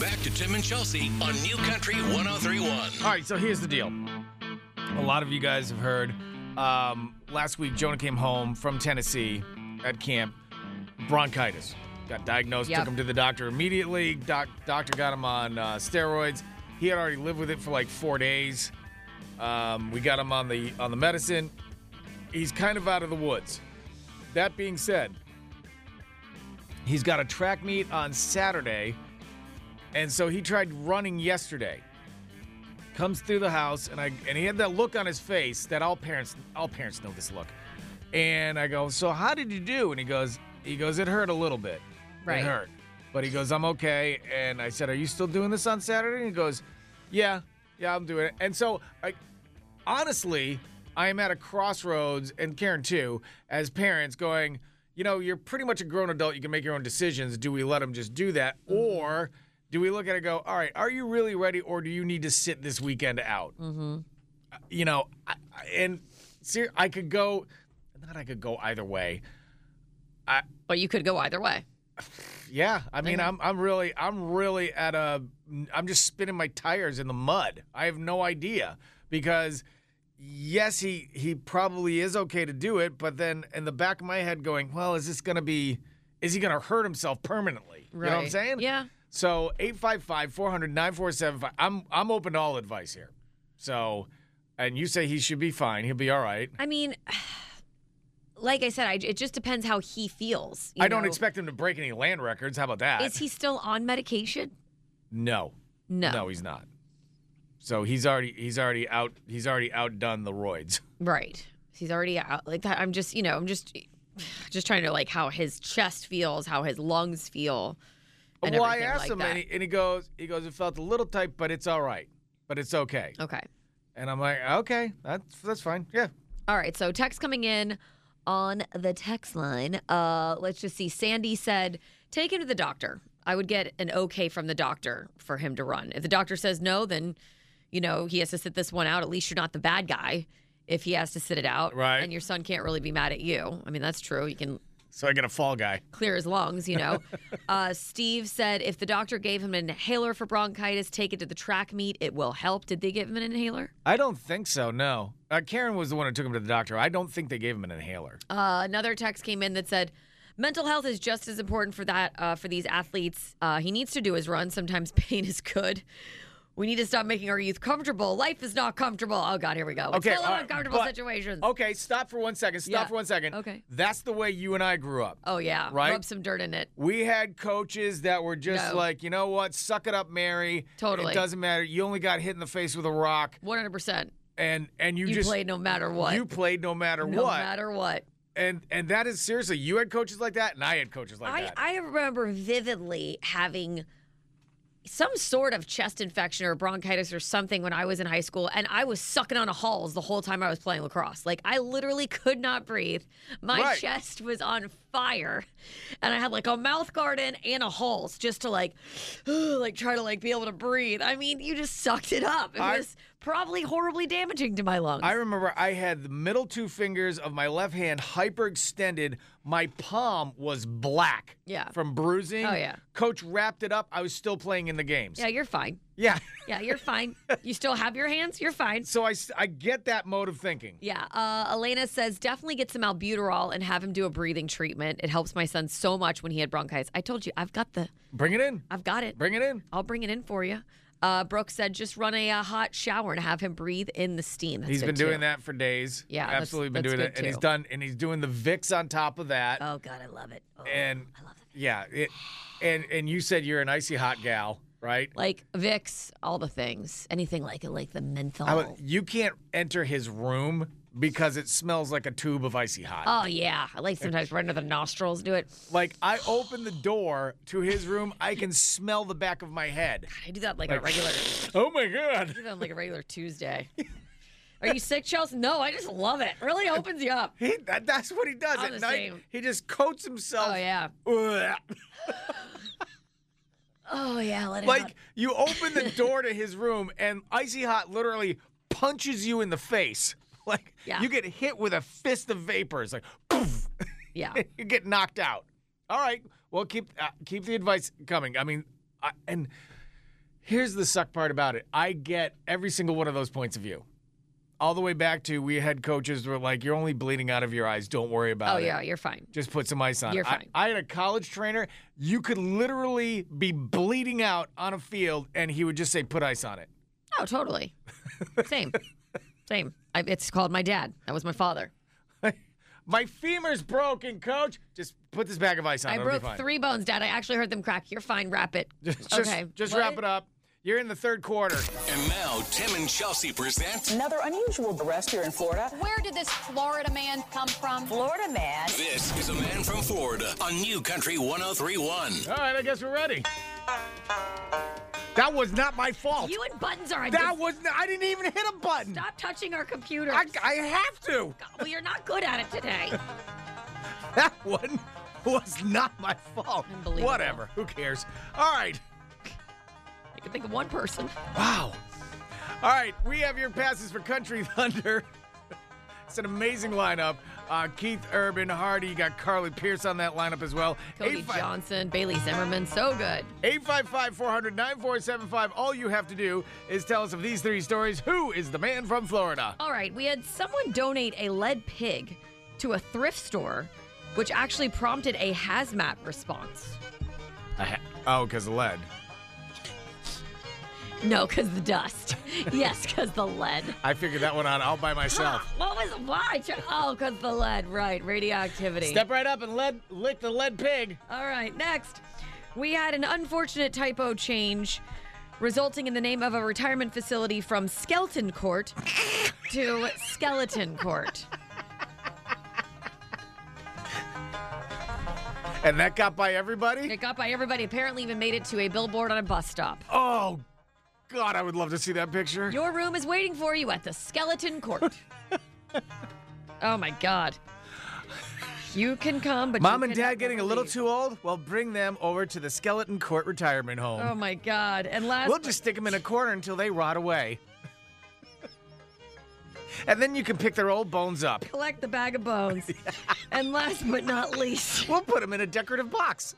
Speaker 1: Back to Tim and Chelsea on New Country 1031.
Speaker 3: All right, so here's the deal. A lot of you guys have heard. Um, last week, Jonah came home from Tennessee at camp, bronchitis. Got diagnosed,
Speaker 2: Yep.
Speaker 3: took him to the doctor immediately. Doc, doctor got him on uh, steroids. He had already lived with it for like four days. Um, we got him on the on the medicine. He's kind of out of the woods. That being said, he's got a track meet on Saturday, and so he tried running yesterday comes through the house and I and he had that look on his face that all parents all parents know this look. And I go, "So how did you do?" And he goes, he goes, "It hurt a little bit.
Speaker 2: Right.
Speaker 3: It hurt." But he goes, "I'm okay." And I said, "Are you still doing this on Saturday?" And he goes, "Yeah. Yeah, I'm doing it." And so I honestly, I am at a crossroads, and Karen too, as parents going, you know, you're pretty much a grown adult. You can make your own decisions. Do we let them just do that? Or do we look at it and go, all right, are you really ready or do you need to sit this weekend out? Mm-hmm. You know, I, I- and ser- I could go, not I could go either way.
Speaker 2: But you could go either way.
Speaker 3: Yeah, I mean,
Speaker 2: Uh-huh.
Speaker 3: I'm I'm really I'm really at a I'm just spinning my tires in the mud. I have no idea because yes, he he probably is okay to do it, but then in the back of my head going, well, is this going to be is he going to hurt himself permanently? You know what I'm
Speaker 2: Right.
Speaker 3: saying?
Speaker 2: Yeah.
Speaker 3: So 855-400-9475. I'm I'm open to all advice here. So and you say he should be fine. He'll be all right.
Speaker 2: I mean, like I said, I, it just depends how he feels. you
Speaker 3: I don't
Speaker 2: know.
Speaker 3: expect him to break any land records. How about that?
Speaker 2: Is he still on medication?
Speaker 3: No.
Speaker 2: No.
Speaker 3: No, he's not. So he's already he's already out he's already outdone the roids.
Speaker 2: Right. He's already out. Like that. I'm just, you know, I'm just, just trying to like how his chest feels, how his lungs feel. and
Speaker 3: well, I
Speaker 2: everything
Speaker 3: asked
Speaker 2: like
Speaker 3: him,
Speaker 2: that.
Speaker 3: and he, and he goes he goes it felt a little tight, but it's all right, but it's okay.
Speaker 2: Okay.
Speaker 3: And I'm like, okay, that's that's fine. Yeah,
Speaker 2: All right. So text coming in on the text line. Uh, let's just see. Sandy said, take him to the doctor. I would get an okay from the doctor for him to run. If the doctor says no, then you know he has to sit this one out. At least you're not the bad guy if he has to sit it out.
Speaker 3: Right.
Speaker 2: And your son can't really be mad at you. I mean, that's true. You can
Speaker 3: so I get a fall guy.
Speaker 2: clear his lungs, you know. uh, Steve said if the doctor gave him an inhaler for bronchitis, take it to the track meet. It will help. Did they give him an inhaler?
Speaker 3: I don't think so. No, uh, Karen was the one who took him to the doctor. I don't think they gave him an inhaler.
Speaker 2: Uh, another text came in that said, "Mental health is just as important for that uh, for these athletes. Uh, he needs to do his run. Sometimes pain is good. We need to stop making our youth comfortable. Life is not comfortable. Oh God, here we go. It's
Speaker 3: Okay,
Speaker 2: full
Speaker 3: all
Speaker 2: of
Speaker 3: right,
Speaker 2: uncomfortable
Speaker 3: but-
Speaker 2: situations. Oh,
Speaker 3: Okay, stop for one second. Stop
Speaker 2: Yeah.
Speaker 3: for one second.
Speaker 2: Okay. Oh.
Speaker 3: that's the way you and I grew up.
Speaker 2: yeah,
Speaker 3: Right?
Speaker 2: Rub some dirt in it.
Speaker 3: We had coaches that were just
Speaker 2: No.
Speaker 3: like, you know what, suck it up, Mary.
Speaker 2: Totally.
Speaker 3: It doesn't matter. You only got hit in the face with a rock.
Speaker 2: One hundred percent.
Speaker 3: and and you,
Speaker 2: You
Speaker 3: just
Speaker 2: played no matter what.
Speaker 3: you played no matter
Speaker 2: no
Speaker 3: what
Speaker 2: matter what.
Speaker 3: and and that is seriously you had coaches like that and i had coaches like that
Speaker 2: I, I remember vividly having some sort of chest infection or bronchitis or something when I was in high school, and I was sucking on a halls the whole time I was playing lacrosse. Like I literally could not breathe. My
Speaker 3: Right.
Speaker 2: chest was on fire, and I had like a mouth guard in and a halls just to like, like try to like be able to breathe. I mean, you just sucked it up. It
Speaker 3: I-
Speaker 2: was probably horribly damaging to my lungs.
Speaker 3: I remember i had the middle two fingers of my left hand hyperextended my palm was black
Speaker 2: Yeah.
Speaker 3: from bruising
Speaker 2: Oh, yeah.
Speaker 3: coach wrapped it up i was still playing in the games
Speaker 2: yeah, you're fine.
Speaker 3: yeah.
Speaker 2: Yeah, you're fine. you still have your hands. You're fine.
Speaker 3: so I, s- I get that mode of thinking
Speaker 2: Yeah. Uh, Elena says definitely get some albuterol and have him do a breathing treatment. It helps my son so much when he had bronchitis. I told you, I've got the,
Speaker 3: bring it in
Speaker 2: I've got it.
Speaker 3: bring it in
Speaker 2: I'll bring it in for you. Uh, Brooke said, just run a, uh, hot shower and have him breathe in the steam. That's
Speaker 3: He's
Speaker 2: good,
Speaker 3: been doing
Speaker 2: too.
Speaker 3: that for days.
Speaker 2: Yeah, that's-
Speaker 3: absolutely been
Speaker 2: that's
Speaker 3: doing
Speaker 2: good
Speaker 3: it, and he's
Speaker 2: too.
Speaker 3: done, and he's doing the Vicks on top of that,
Speaker 2: Oh, God, I love it. Oh,
Speaker 3: and
Speaker 2: I love it.
Speaker 3: yeah, it, and and you said you're an icy hot gal, right?
Speaker 2: Like Vicks, all the things. Anything like it, like the menthol.
Speaker 3: I would- you can't enter his room because it smells like a tube of icy hot.
Speaker 2: oh, yeah. I like sometimes right under the nostrils, do it.
Speaker 3: like I open the door to his room, I can smell the back of my head.
Speaker 2: I do that like, a regular, I
Speaker 3: Oh my god.
Speaker 2: do that on like a regular Tuesday. Are you sick, Chelsea? No, I just love it. Really opens you up.
Speaker 3: He, that, that's what he does
Speaker 2: I'm the
Speaker 3: at night.
Speaker 2: same.
Speaker 3: He just coats himself.
Speaker 2: Oh, yeah.
Speaker 3: Ugh.
Speaker 2: Oh, yeah. Let it out.
Speaker 3: Like you open the door to his room and Icy Hot literally punches you in the face. Like
Speaker 2: Yeah.
Speaker 3: you get hit with a fist of vapors. Like poof,
Speaker 2: Yeah.
Speaker 3: you get knocked out. All right. Well, keep uh, keep the advice coming. I mean, I, and here's the suck part about it. I get every single one of those points of view. All the way back to we had coaches were like, "You're only bleeding out of your eyes. Don't worry about
Speaker 2: Oh,
Speaker 3: it."
Speaker 2: yeah. You're fine.
Speaker 3: Just put some ice on.
Speaker 2: You're
Speaker 3: I-
Speaker 2: fine.
Speaker 3: I, had a college trainer. You could literally be bleeding out on a field, and he would just say, "Put ice on it."
Speaker 2: Oh, totally. Same. Same. I, it's called my dad. That was my father.
Speaker 3: My femur's broken, coach. Just put this bag of ice on.
Speaker 2: I
Speaker 3: It'll be
Speaker 2: broke
Speaker 3: fine.
Speaker 2: three bones, Dad. I actually heard them crack. You're fine. Wrap it.
Speaker 3: Just,
Speaker 2: okay.
Speaker 3: just, just
Speaker 2: What?
Speaker 3: wrap it up. You're in the third quarter.
Speaker 1: And now, Tim and Chelsea present
Speaker 5: Another unusual arrest here in Florida.
Speaker 7: Where did this Florida man come from?
Speaker 5: Florida man.
Speaker 1: This is a Man from Florida on New Country 1031.
Speaker 3: All right, I guess we're ready. That was not my fault.
Speaker 2: You and buttons are.
Speaker 3: that was not, I didn't even hit a button.
Speaker 2: Stop touching our computer.
Speaker 3: I, I have to.
Speaker 2: well, you're not good at it today.
Speaker 3: That one was not my fault.
Speaker 2: Unbelievable.
Speaker 3: Whatever. Who cares? All right.
Speaker 2: I can think of one person.
Speaker 3: Wow. All right, we have your passes for Country Thunder. It's an amazing lineup. Uh, Keith Urban, Hardy, you got Carly Pierce on that lineup as well.
Speaker 2: Cody
Speaker 3: 85
Speaker 2: Johnson, Bailey Zimmerman, so good.
Speaker 3: 855 400 9475. All you have to do is tell us of these three stories who is the man from Florida?
Speaker 2: All right, we had someone donate a lead pig to a thrift store, which actually prompted a hazmat response.
Speaker 3: oh, because of lead.
Speaker 2: No, because the dust. yes, because the lead.
Speaker 3: I figured that one out all by myself.
Speaker 2: What was why? Oh, because the lead, right? Radioactivity.
Speaker 3: Step right up and lead, lick the lead pig.
Speaker 2: All right, next. We had an unfortunate typo change resulting in the name of a retirement facility from Skeleton Court to Skeleton Court.
Speaker 3: And that got by everybody?
Speaker 2: It got by everybody, apparently, even made it to a billboard on a bus stop.
Speaker 3: Oh, God, I would love to see that picture.
Speaker 2: Your room is waiting for you at the Skeleton Court. oh my God. You can come, but
Speaker 3: Mom
Speaker 2: you
Speaker 3: and
Speaker 2: cannot
Speaker 3: Dad getting a little
Speaker 2: leave.
Speaker 3: too old? Well, bring them over to the Skeleton Court Retirement Home.
Speaker 2: Oh my God. And last.
Speaker 3: we'll just stick them in a corner until they rot away. and then you can pick their old bones up.
Speaker 2: collect the bag of bones. and last but not least,
Speaker 3: We'll put them in a decorative box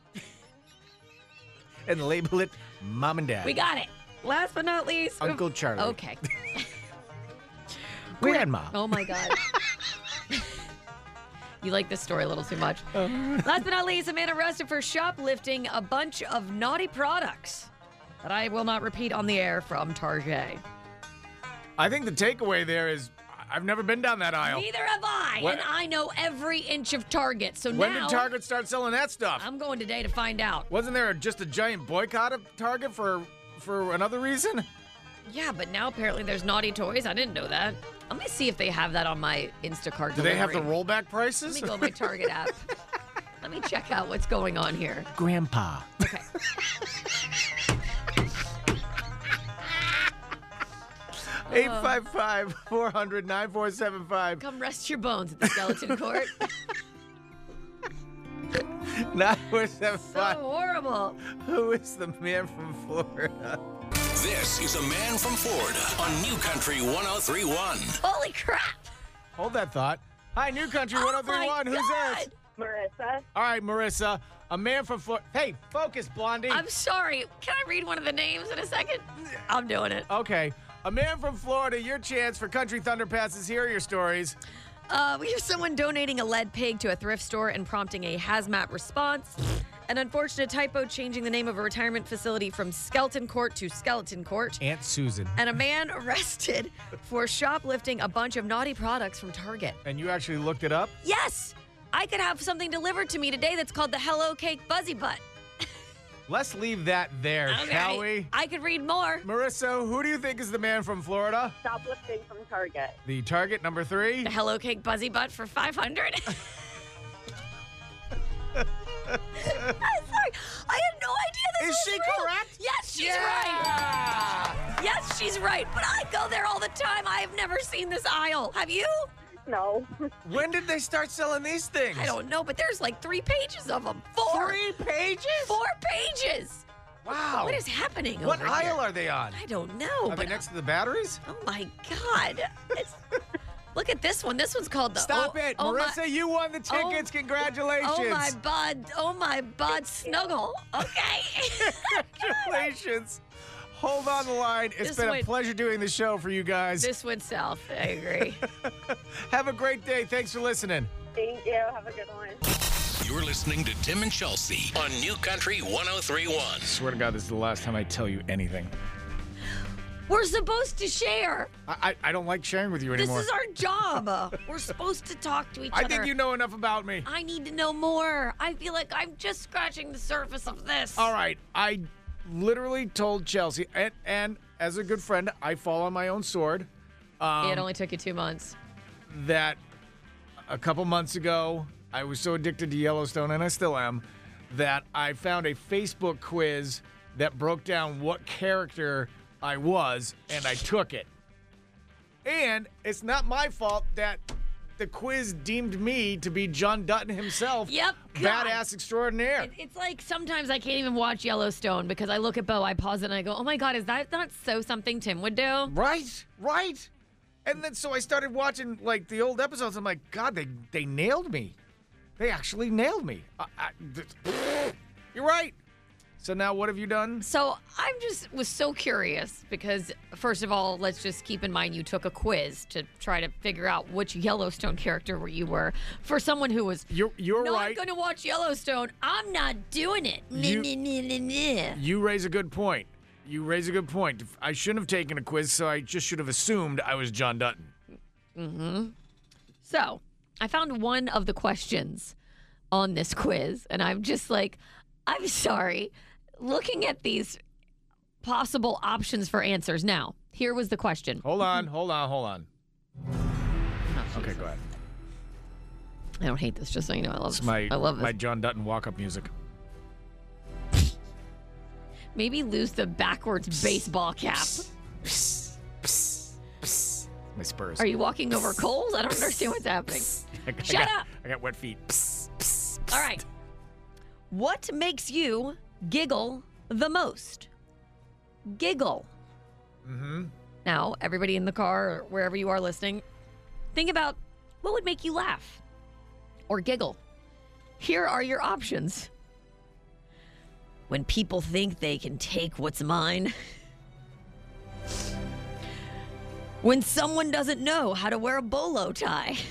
Speaker 3: and label it Mom and Dad.
Speaker 2: we got it. Last but not least,
Speaker 3: Uncle Charlie.
Speaker 2: Okay.
Speaker 3: Grandma.
Speaker 2: Oh my God. you like this story a little too much.
Speaker 3: Uh-huh.
Speaker 2: Last but not least, a man arrested for shoplifting a bunch of naughty products that I will not repeat on the air from Target.
Speaker 3: I think the takeaway there is I- I've never been down that aisle.
Speaker 2: Neither have I,
Speaker 3: What-
Speaker 2: and I know every inch of Target. So
Speaker 3: When
Speaker 2: now
Speaker 3: did Target start selling that stuff?
Speaker 2: I'm going today to find out.
Speaker 3: Wasn't there just a giant boycott of Target for for another reason?
Speaker 2: Yeah, but now apparently there's naughty toys. I didn't know that. I'm gonna see if they have that on my Instacart.
Speaker 3: Do they have the
Speaker 2: delivery.
Speaker 3: rollback prices?
Speaker 2: Let me go to my Target app. Let me check out what's going on here.
Speaker 3: Grandpa. Eight five five four hundred nine four seven five.
Speaker 2: Come rest your bones at the skeleton court.
Speaker 3: Nine four seven
Speaker 2: so
Speaker 3: five.
Speaker 2: horrible.
Speaker 3: Who is the man from Florida?
Speaker 1: This is a Man from Florida on New Country 1031.
Speaker 2: Holy crap.
Speaker 3: Hold that thought. Hi, New Country
Speaker 2: Oh my
Speaker 3: 1031. Who's
Speaker 2: God.
Speaker 3: this?
Speaker 4: Marissa,
Speaker 3: All right, Marissa. A man from Florida. Hey, focus, Blondie.
Speaker 2: I'm sorry. Can I read one of the names in a second? I'm doing it.
Speaker 3: okay. A man from Florida, your chance for Country Thunder passes. Here are your stories.
Speaker 2: Uh, we have someone donating a lead pig to a thrift store and prompting a hazmat response. An unfortunate typo changing the name of a retirement facility from Skeleton Court to Skeleton Court.
Speaker 3: Aunt Susan.
Speaker 2: And a man arrested for shoplifting a bunch of naughty products from Target.
Speaker 3: And you actually looked it up?
Speaker 2: Yes, I could have something delivered to me today that's called the Hello Cake Buzzy Butt.
Speaker 3: Let's leave that there, shall we?
Speaker 2: I could read more.
Speaker 3: Marissa, who do you think is the man from Florida?
Speaker 4: Shoplifting from Target.
Speaker 3: The target number three?
Speaker 2: The Hello Cake Buzzy Butt for 500. I'm sorry. I had no idea this
Speaker 3: Is
Speaker 2: was
Speaker 3: she
Speaker 2: real.
Speaker 3: correct?
Speaker 2: Yes, she's right. Yes, she's right. But I go there all the time. I have never seen this aisle. Have you?
Speaker 4: No.
Speaker 3: When did they start selling these things?
Speaker 2: I don't know, but there's like three pages of them. Four.
Speaker 3: Three pages?
Speaker 2: Four pages.
Speaker 3: Wow.
Speaker 2: What is happening?
Speaker 3: What
Speaker 2: over
Speaker 3: aisle
Speaker 2: here?
Speaker 3: are they on?
Speaker 2: I don't know.
Speaker 3: Are they
Speaker 2: but
Speaker 3: next to the batteries?
Speaker 2: oh my god! It's- look at this one. This one's called the.
Speaker 3: Stop
Speaker 2: oh,
Speaker 3: it,
Speaker 2: oh
Speaker 3: Marissa!
Speaker 2: My,
Speaker 3: you won the tickets.
Speaker 2: oh-
Speaker 3: Congratulations!
Speaker 2: oh my bud! Oh my bud! Snuggle. Okay.
Speaker 3: Congratulations! Hold on the line. It's
Speaker 2: This
Speaker 3: been a
Speaker 2: went-
Speaker 3: pleasure doing the show for you guys.
Speaker 2: this went south. I agree.
Speaker 3: Have a great day. Thanks for listening.
Speaker 4: Thank you. Have a good one.
Speaker 1: You're listening to Tim and Chelsea on New Country 1031.
Speaker 3: Swear to God, this is the last time I tell you anything.
Speaker 2: We're supposed to share.
Speaker 3: I I, I don't like sharing with you anymore.
Speaker 2: This is our job. We're supposed to talk to each
Speaker 3: I
Speaker 2: other.
Speaker 3: think you know enough about me.
Speaker 2: I need to know more. I feel like I'm just scratching the surface of this.
Speaker 3: All right, I literally told Chelsea, and, and as a good friend, I fall on my own sword. um,
Speaker 2: it only took you two months.
Speaker 3: that a couple months ago, I was so addicted to Yellowstone, and I still am, that I found a Facebook quiz that broke down what character I was, and I took it. And it's not my fault that the quiz deemed me to be John Dutton himself,
Speaker 2: Yep, God.
Speaker 3: badass extraordinaire.
Speaker 2: It- It's like sometimes I can't even watch Yellowstone because I look at Bo, I pause it, and I go, "Oh my God, is that not so something Tim would do?"
Speaker 3: Right, right. And then so I started watching like the old episodes. I'm like, God, they they nailed me. They actually nailed me. I, I, th- you're right. So now what have you done?
Speaker 2: So I'm just was so curious because first of all, let's just keep in mind you took a quiz to try to figure out which Yellowstone character were you were for someone who was.
Speaker 3: You're you're
Speaker 2: no, I'm
Speaker 3: right.
Speaker 2: going to watch Yellowstone. I'm not doing it. Nah,
Speaker 3: You-
Speaker 2: nah, nah, nah, nah.
Speaker 3: You raise a good point. You raise a good point. I shouldn't have taken a quiz, so I just should have assumed I was John Dutton.
Speaker 2: So I found one of the questions on this quiz, and I'm just like, I'm sorry. Looking at these possible options for answers now, here was the question.
Speaker 3: Hold on, hold on, hold on.
Speaker 2: Oh,
Speaker 3: Okay, go ahead.
Speaker 2: I don't hate this, just so you know. I love
Speaker 3: It's
Speaker 2: this.
Speaker 3: my
Speaker 2: I love this.
Speaker 3: my John Dutton walk up music.
Speaker 2: Maybe lose the backwards baseball cap.
Speaker 3: My Spurs.
Speaker 2: Are you walking over coals? I don't understand what's happening.
Speaker 3: I got- I
Speaker 2: Shut
Speaker 3: got-
Speaker 2: up.
Speaker 3: I got wet feet.
Speaker 2: All right. What makes you giggle the most? Giggle. Mm-hmm. Now, everybody in the car or wherever you are listening, think about what would make you laugh or giggle. Here are your options. When people think they can take what's mine. When someone doesn't know how to wear a bolo tie.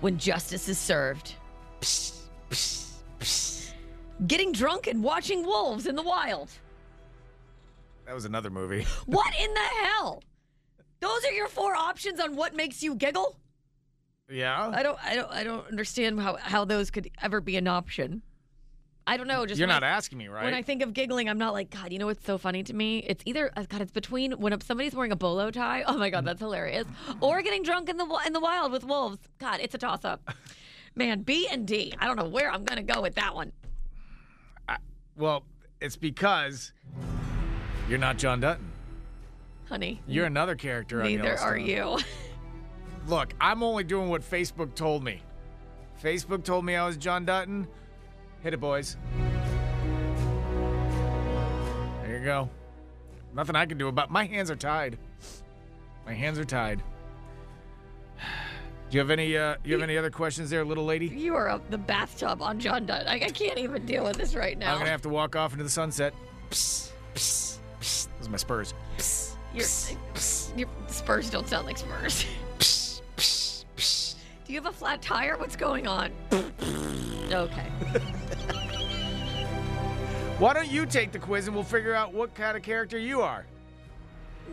Speaker 2: When justice is served getting drunk and watching wolves in the wild.
Speaker 3: That was another movie.
Speaker 2: What in the hell? Those are your four options on what makes you giggle?
Speaker 3: Yeah.
Speaker 2: I don't I don't I don't understand how how those could ever be an option. I don't know, just
Speaker 3: You're
Speaker 2: when
Speaker 3: not
Speaker 2: I-
Speaker 3: asking me, right?
Speaker 2: When I think of giggling, I'm not like, God, you know what's so funny to me? It's either oh, God, it's between when somebody's wearing a bolo tie, oh my God, that's hilarious, or getting drunk in the wi- in the wild with wolves. God, it's a toss up. Man, B and D. I don't know where I'm gonna go with that one.
Speaker 3: well, it's because you're not John Dutton.
Speaker 2: Honey,
Speaker 3: You're another character on
Speaker 2: neither are
Speaker 3: Yellowstone.
Speaker 2: you.
Speaker 3: Look, I'm only doing what Facebook told me. Facebook told me I was John Dutton. Hit it, boys. There you go. Nothing I can do about my hands are tied. My hands are tied. Do you have any uh you have any other questions there, little lady?
Speaker 2: You are up the bathtub on John Dunn. I, I can't even deal with this right now.
Speaker 3: I'm gonna have to walk off into the sunset. Psst, psst, psst. Those are my spurs.
Speaker 2: your, your Spurs don't sound like Spurs. Do you have a flat tire? What's going on? okay.
Speaker 3: Why don't you take the quiz and we'll figure out what kind of character you are?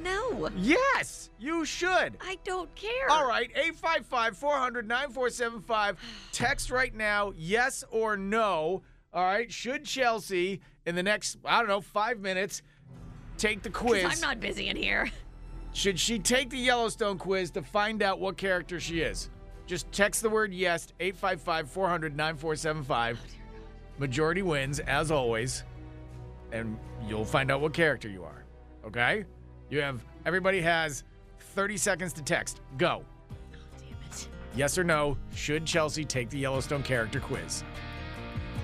Speaker 2: No,
Speaker 3: Yes, you should.
Speaker 2: I don't care.
Speaker 3: All right, 855 400 9475. Text right now, yes or no. All right, should Chelsea in the next, I don't know, five minutes take the
Speaker 2: 'Cause
Speaker 3: quiz?
Speaker 2: I'm not busy in here.
Speaker 3: Should she take the Yellowstone quiz to find out what character she is? Just text the word yes, 855 400 9475. Majority wins, as always, and you'll find out what character you are. Okay? You have, everybody has 30 seconds to text. Go.
Speaker 2: Damn it.
Speaker 3: Yes or no, should Chelsea take the Yellowstone character quiz?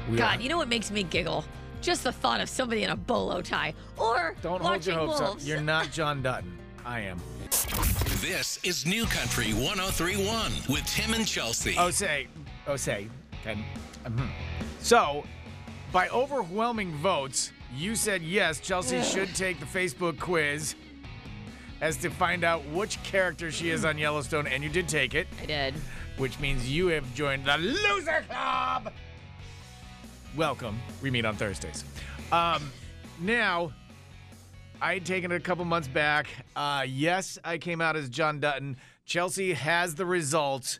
Speaker 3: We
Speaker 2: God,
Speaker 3: are-
Speaker 2: you know what makes me giggle? Just the thought of somebody in a bolo tie or
Speaker 3: Don't hold
Speaker 2: watching
Speaker 3: your hopes up.
Speaker 2: wolves.
Speaker 3: You're not John Dutton. I am.
Speaker 1: This is New Country 1031 with Tim and Chelsea.
Speaker 3: Oh, say, oh, say. Okay. Mhm. So, by overwhelming votes, you said yes, Chelsea should take the Facebook quiz as to find out which character she is on Yellowstone, and you did take it,
Speaker 2: I did.
Speaker 3: which means you have joined the Loser Club. Welcome. We meet on Thursdays. Um, now, I had taken it a couple months back. Uh, yes, I came out as John Dutton. Chelsea has the results.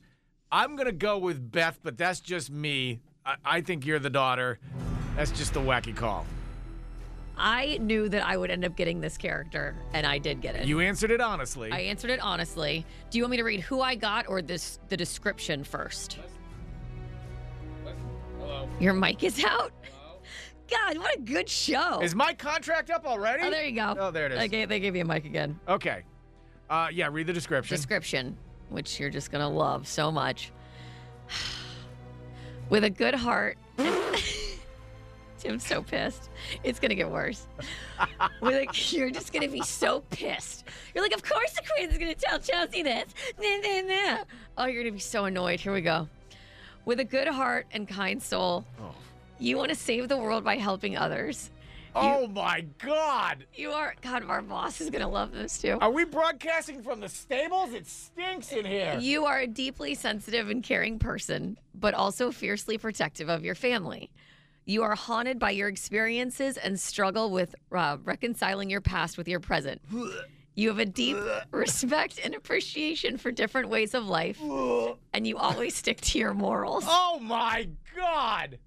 Speaker 3: I'm going to go with Beth, but that's just me. I-, I think you're the daughter. That's just the wacky call.
Speaker 2: I knew that I would end up getting this character, and I did get it.
Speaker 3: You answered it honestly.
Speaker 2: I answered it honestly. Do you want me to read who I got or this the description first? Your mic is out. God, what a good show.
Speaker 3: Is my contract up already?
Speaker 2: oh, there you go.
Speaker 3: Oh, there it is.
Speaker 2: They gave, they gave you a mic again.
Speaker 3: Okay. Uh, yeah, read the description.
Speaker 2: description, which you're just going to love so much. With a good heart. Tim's so pissed. It's going to get worse. With a, you're just going to be so pissed. You're like, of course the quiz is going to tell Chelsea this. Nah, nah, nah. Oh, you're going to be so annoyed. Here we go. With a good heart and kind soul, you want to save the world by helping others.
Speaker 3: oh, my God.
Speaker 2: You are, God, our boss is going to love this too.
Speaker 3: Are we broadcasting from the stables? It stinks in here.
Speaker 2: You are a deeply sensitive and caring person, but also fiercely protective of your family. You are haunted by your experiences and struggle with uh, reconciling your past with your present. You have a deep respect and appreciation for different ways of life, and you always stick to your morals.
Speaker 3: Oh my god!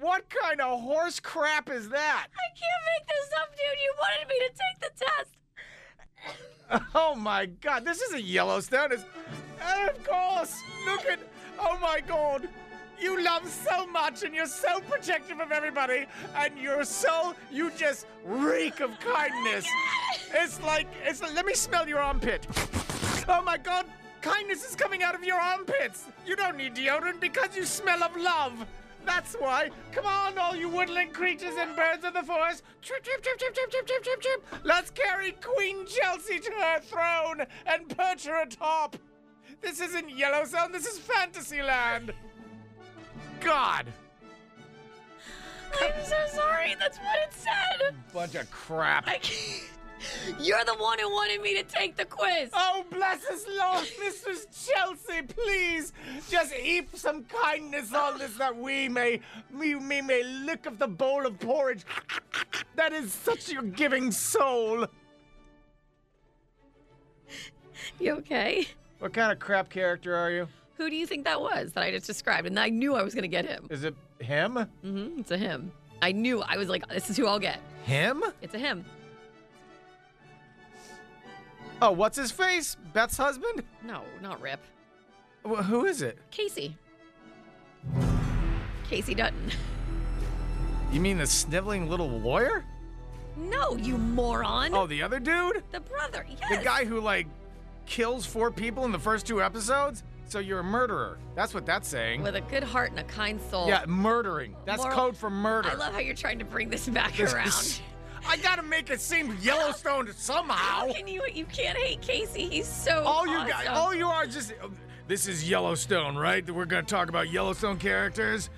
Speaker 3: What kind of horse crap is that?
Speaker 2: I can't make this up, dude. You wanted me to take the test.
Speaker 3: Oh my god, this isn't Yellowstone. It's. Of course! Look at. Oh my god! You love so much and you're so protective of everybody and you're so. You just reek of kindness. It's like. It's like, let me smell your armpit. Oh my god! Kindness is coming out of your armpits! You don't need deodorant because you smell of love! That's why! Come on, all you woodland creatures and birds of the forest! Chirp, chirp, chirp, chirp, chirp, chirp, chirp, chirp, chirp! Let's carry Queen Chelsea to her throne and perch her atop! This isn't Yellowstone, this is Fantasyland! God!
Speaker 2: I'm so sorry. That's what it said.
Speaker 3: Bunch of crap.
Speaker 2: I can't. You're the one who wanted me to take the quiz.
Speaker 3: Oh, bless us, Lord, Mistress Chelsea, please just heap some kindness on this that we may, we, we may lick of the bowl of porridge. That is such your giving soul.
Speaker 2: You okay?
Speaker 3: What kind of crap character are you?
Speaker 2: Who do you think that was that I just described? And I knew I was going to get him.
Speaker 3: Is it him?
Speaker 2: hmm It's a him. I knew. I was like, this is who I'll get.
Speaker 3: Him?
Speaker 2: It's a him.
Speaker 3: Oh, what's his face? Beth's husband?
Speaker 2: No, not Rip.
Speaker 3: Wh- who is it?
Speaker 2: Casey. Casey Dutton.
Speaker 3: You mean the sniveling little lawyer?
Speaker 2: No, you moron.
Speaker 3: Oh, the other dude?
Speaker 2: The brother. Yes.
Speaker 3: The guy who, like, kills four people in the first two episodes? So you're a murderer. That's what that's saying.
Speaker 2: With a good heart and a kind soul.
Speaker 3: Yeah, murdering. That's
Speaker 2: Moral-
Speaker 3: code for murder.
Speaker 2: I love how you're trying to bring this back
Speaker 3: This
Speaker 2: around.
Speaker 3: is- I gotta make it seem Yellowstone
Speaker 2: How
Speaker 3: somehow.
Speaker 2: can you? You can't hate Casey. He's so.
Speaker 3: All you guys,
Speaker 2: awesome.
Speaker 3: all you are is just. This is Yellowstone, right? We're gonna talk about Yellowstone characters.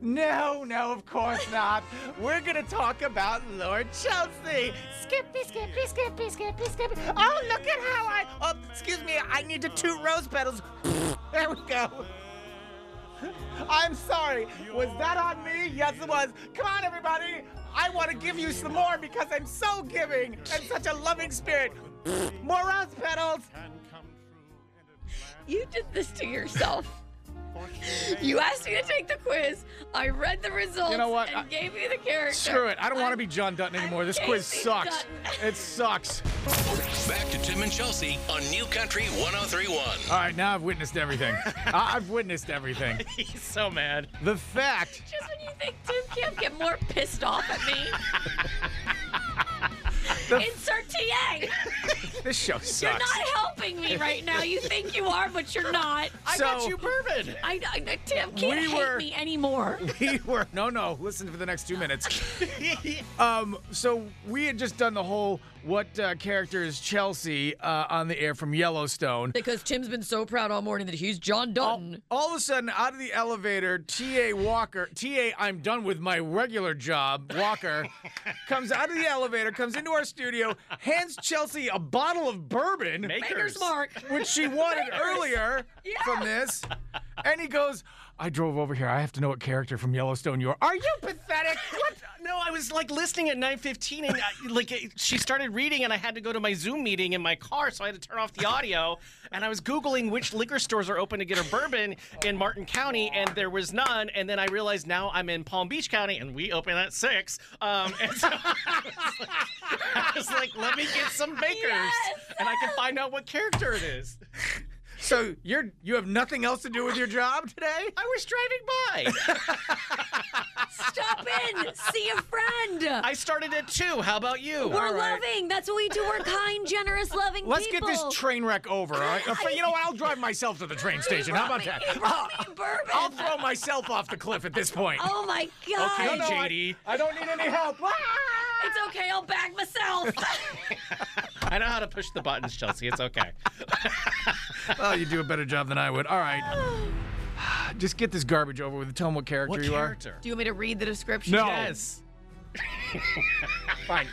Speaker 3: No, no, of course not. We're gonna talk about Lord Chelsea. Skippy, skippy, skippy, skippy, skippy. Oh, look at how I. Oh, excuse me. I need to toot rose petals. There we go. I'm sorry. Was that on me? Yes, it was. Come on, everybody. I want to give you some more because I'm so giving. I'm such a loving spirit. More rose petals.
Speaker 2: You did this to yourself. You asked me to take the quiz. I read the results
Speaker 3: You know what?
Speaker 2: and
Speaker 3: I-
Speaker 2: gave you the character.
Speaker 3: Screw it. I don't want to
Speaker 2: I'm-
Speaker 3: be John Dutton
Speaker 2: I'm
Speaker 3: anymore. This quiz
Speaker 2: Casey
Speaker 3: sucks.
Speaker 2: Dutton.
Speaker 3: It sucks.
Speaker 1: Back to Tim and Chelsea on New Country 1031.
Speaker 3: All right, now I've witnessed everything. I- I've witnessed everything.
Speaker 8: He's so mad.
Speaker 3: The fact
Speaker 2: Just when you think Tim can't get more pissed off at me. Insert TA.
Speaker 3: this show sucks.
Speaker 2: You're not helping me right now. You think you are, but you're not.
Speaker 8: I
Speaker 3: So-
Speaker 8: got you bourbon.
Speaker 2: I, I Tim can't
Speaker 3: We
Speaker 2: hate
Speaker 3: were-
Speaker 2: me anymore.
Speaker 3: we were no no listen for the next two minutes um so we had just done the whole what uh, character is chelsea uh, on the air from yellowstone
Speaker 2: Because Tim's been so proud all morning that he's John
Speaker 3: all, all of a sudden out of the elevator ta walker ta i'm done with my regular job walker comes out of the elevator comes into our studio hands chelsea a bottle of bourbon
Speaker 2: Maker's Mark.
Speaker 3: which she wanted earlier from this. And he goes, I drove over here. I have to know what character from Yellowstone you are. Are you pathetic? What?
Speaker 8: No, I was like listening at 9:15, and I, like it- she started reading, and I had to go to my Zoom meeting in my car, so I had to turn off the audio. And I was googling which liquor stores are open to get a bourbon in Martin County, and there was none. And then I realized now I'm in Palm Beach County, and we open at six. Um, and so I was, like, I was like, let me get some bakers, and I can find out what character it is.
Speaker 3: So you're you have nothing else to do with your job today?
Speaker 8: I was driving by.
Speaker 2: Stop in. See a friend.
Speaker 8: I started at two. How about you?
Speaker 2: We're
Speaker 3: All right.
Speaker 2: loving. That's what we do. We're kind, generous, loving
Speaker 3: Let's
Speaker 2: people.
Speaker 3: get this train wreck over, all right? Uh, You know what? I'll drive myself to the train station. How about
Speaker 2: He brought me-
Speaker 3: that?
Speaker 2: he brought me bourbon.
Speaker 3: I'll throw myself off the cliff at this point.
Speaker 2: Oh my god.
Speaker 8: Okay,
Speaker 3: No, I-
Speaker 8: JD.
Speaker 3: I, don't need any help. Ah!
Speaker 2: It's okay. I'll bag myself.
Speaker 8: I know how to push the buttons, Chelsea. It's okay.
Speaker 3: Oh, you do a better job than I would. All right. Just get this garbage over with. Tell them what character you
Speaker 2: do you want me to read the description?
Speaker 3: No.
Speaker 8: Yes.
Speaker 3: are. Fine.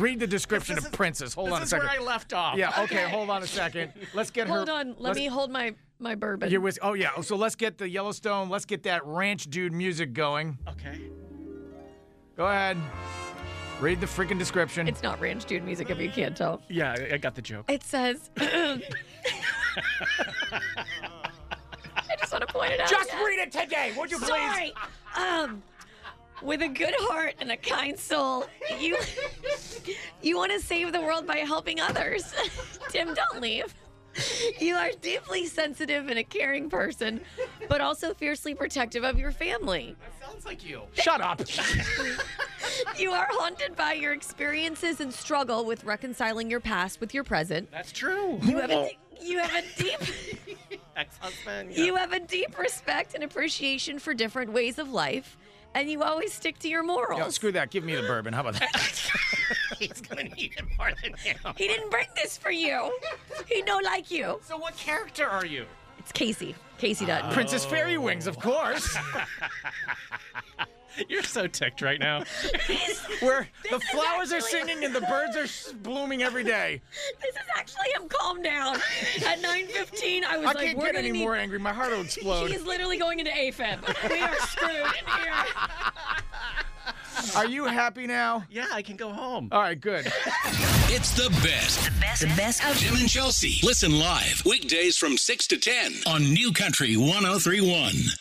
Speaker 3: Read the description
Speaker 8: This
Speaker 3: of
Speaker 8: is-
Speaker 3: Princess. Hold
Speaker 8: this
Speaker 3: on a
Speaker 8: is
Speaker 3: second.
Speaker 8: where I left off.
Speaker 3: Yeah, okay, hold on a second. Let's get her.
Speaker 2: Hold on. Let
Speaker 3: let's-
Speaker 2: me hold my my bourbon.
Speaker 3: You're with, oh, yeah. So let's get the Yellowstone, let's get that ranch dude music going.
Speaker 8: Okay.
Speaker 3: Go ahead. Read the freaking description.
Speaker 2: it's not ranch dude music if you can't tell.
Speaker 8: Yeah, I- I got the joke.
Speaker 2: It says. I just want to point it out.
Speaker 3: Just read it today, would you please?
Speaker 2: Sorry. Um, with a good heart and a kind soul, you you want to save the world by helping others. Tim, don't leave. You are deeply sensitive and a caring person, but also fiercely protective of your family.
Speaker 8: Sounds like you.
Speaker 3: Shut up.
Speaker 2: You are haunted by your experiences and struggle with reconciling your past with your present.
Speaker 8: That's true.
Speaker 2: You have a, you have a deep
Speaker 8: Ex-husband.
Speaker 2: You have a deep respect and appreciation for different ways of life, and you always stick to your morals.
Speaker 3: No, screw that. Give me the bourbon. How about that?
Speaker 8: He's gonna need it more than him.
Speaker 2: He didn't bring this for you. He don't like you.
Speaker 8: So what character are you?
Speaker 2: It's Casey. Casey Dutton.
Speaker 3: Princess Fairy Wings, of course.
Speaker 8: You're so ticked right now.
Speaker 3: Where the flowers are
Speaker 2: actually-
Speaker 3: singing and the birds are s- blooming every day.
Speaker 2: This is actually him. Calm down. At 9:15, I was
Speaker 3: I
Speaker 2: like,
Speaker 3: can't
Speaker 2: "We're
Speaker 3: get
Speaker 2: gonna
Speaker 3: any
Speaker 2: need-
Speaker 3: more angry. My heart will
Speaker 2: He
Speaker 3: explode.
Speaker 2: is literally going into AFib. We are screwed in here.
Speaker 3: Are you happy now?
Speaker 8: Yeah, I can go home.
Speaker 3: All right, good.
Speaker 1: It's the best.
Speaker 5: The best of
Speaker 1: Tim oh and Chelsea. Listen live weekdays from 6 to 10 on New Country 1031.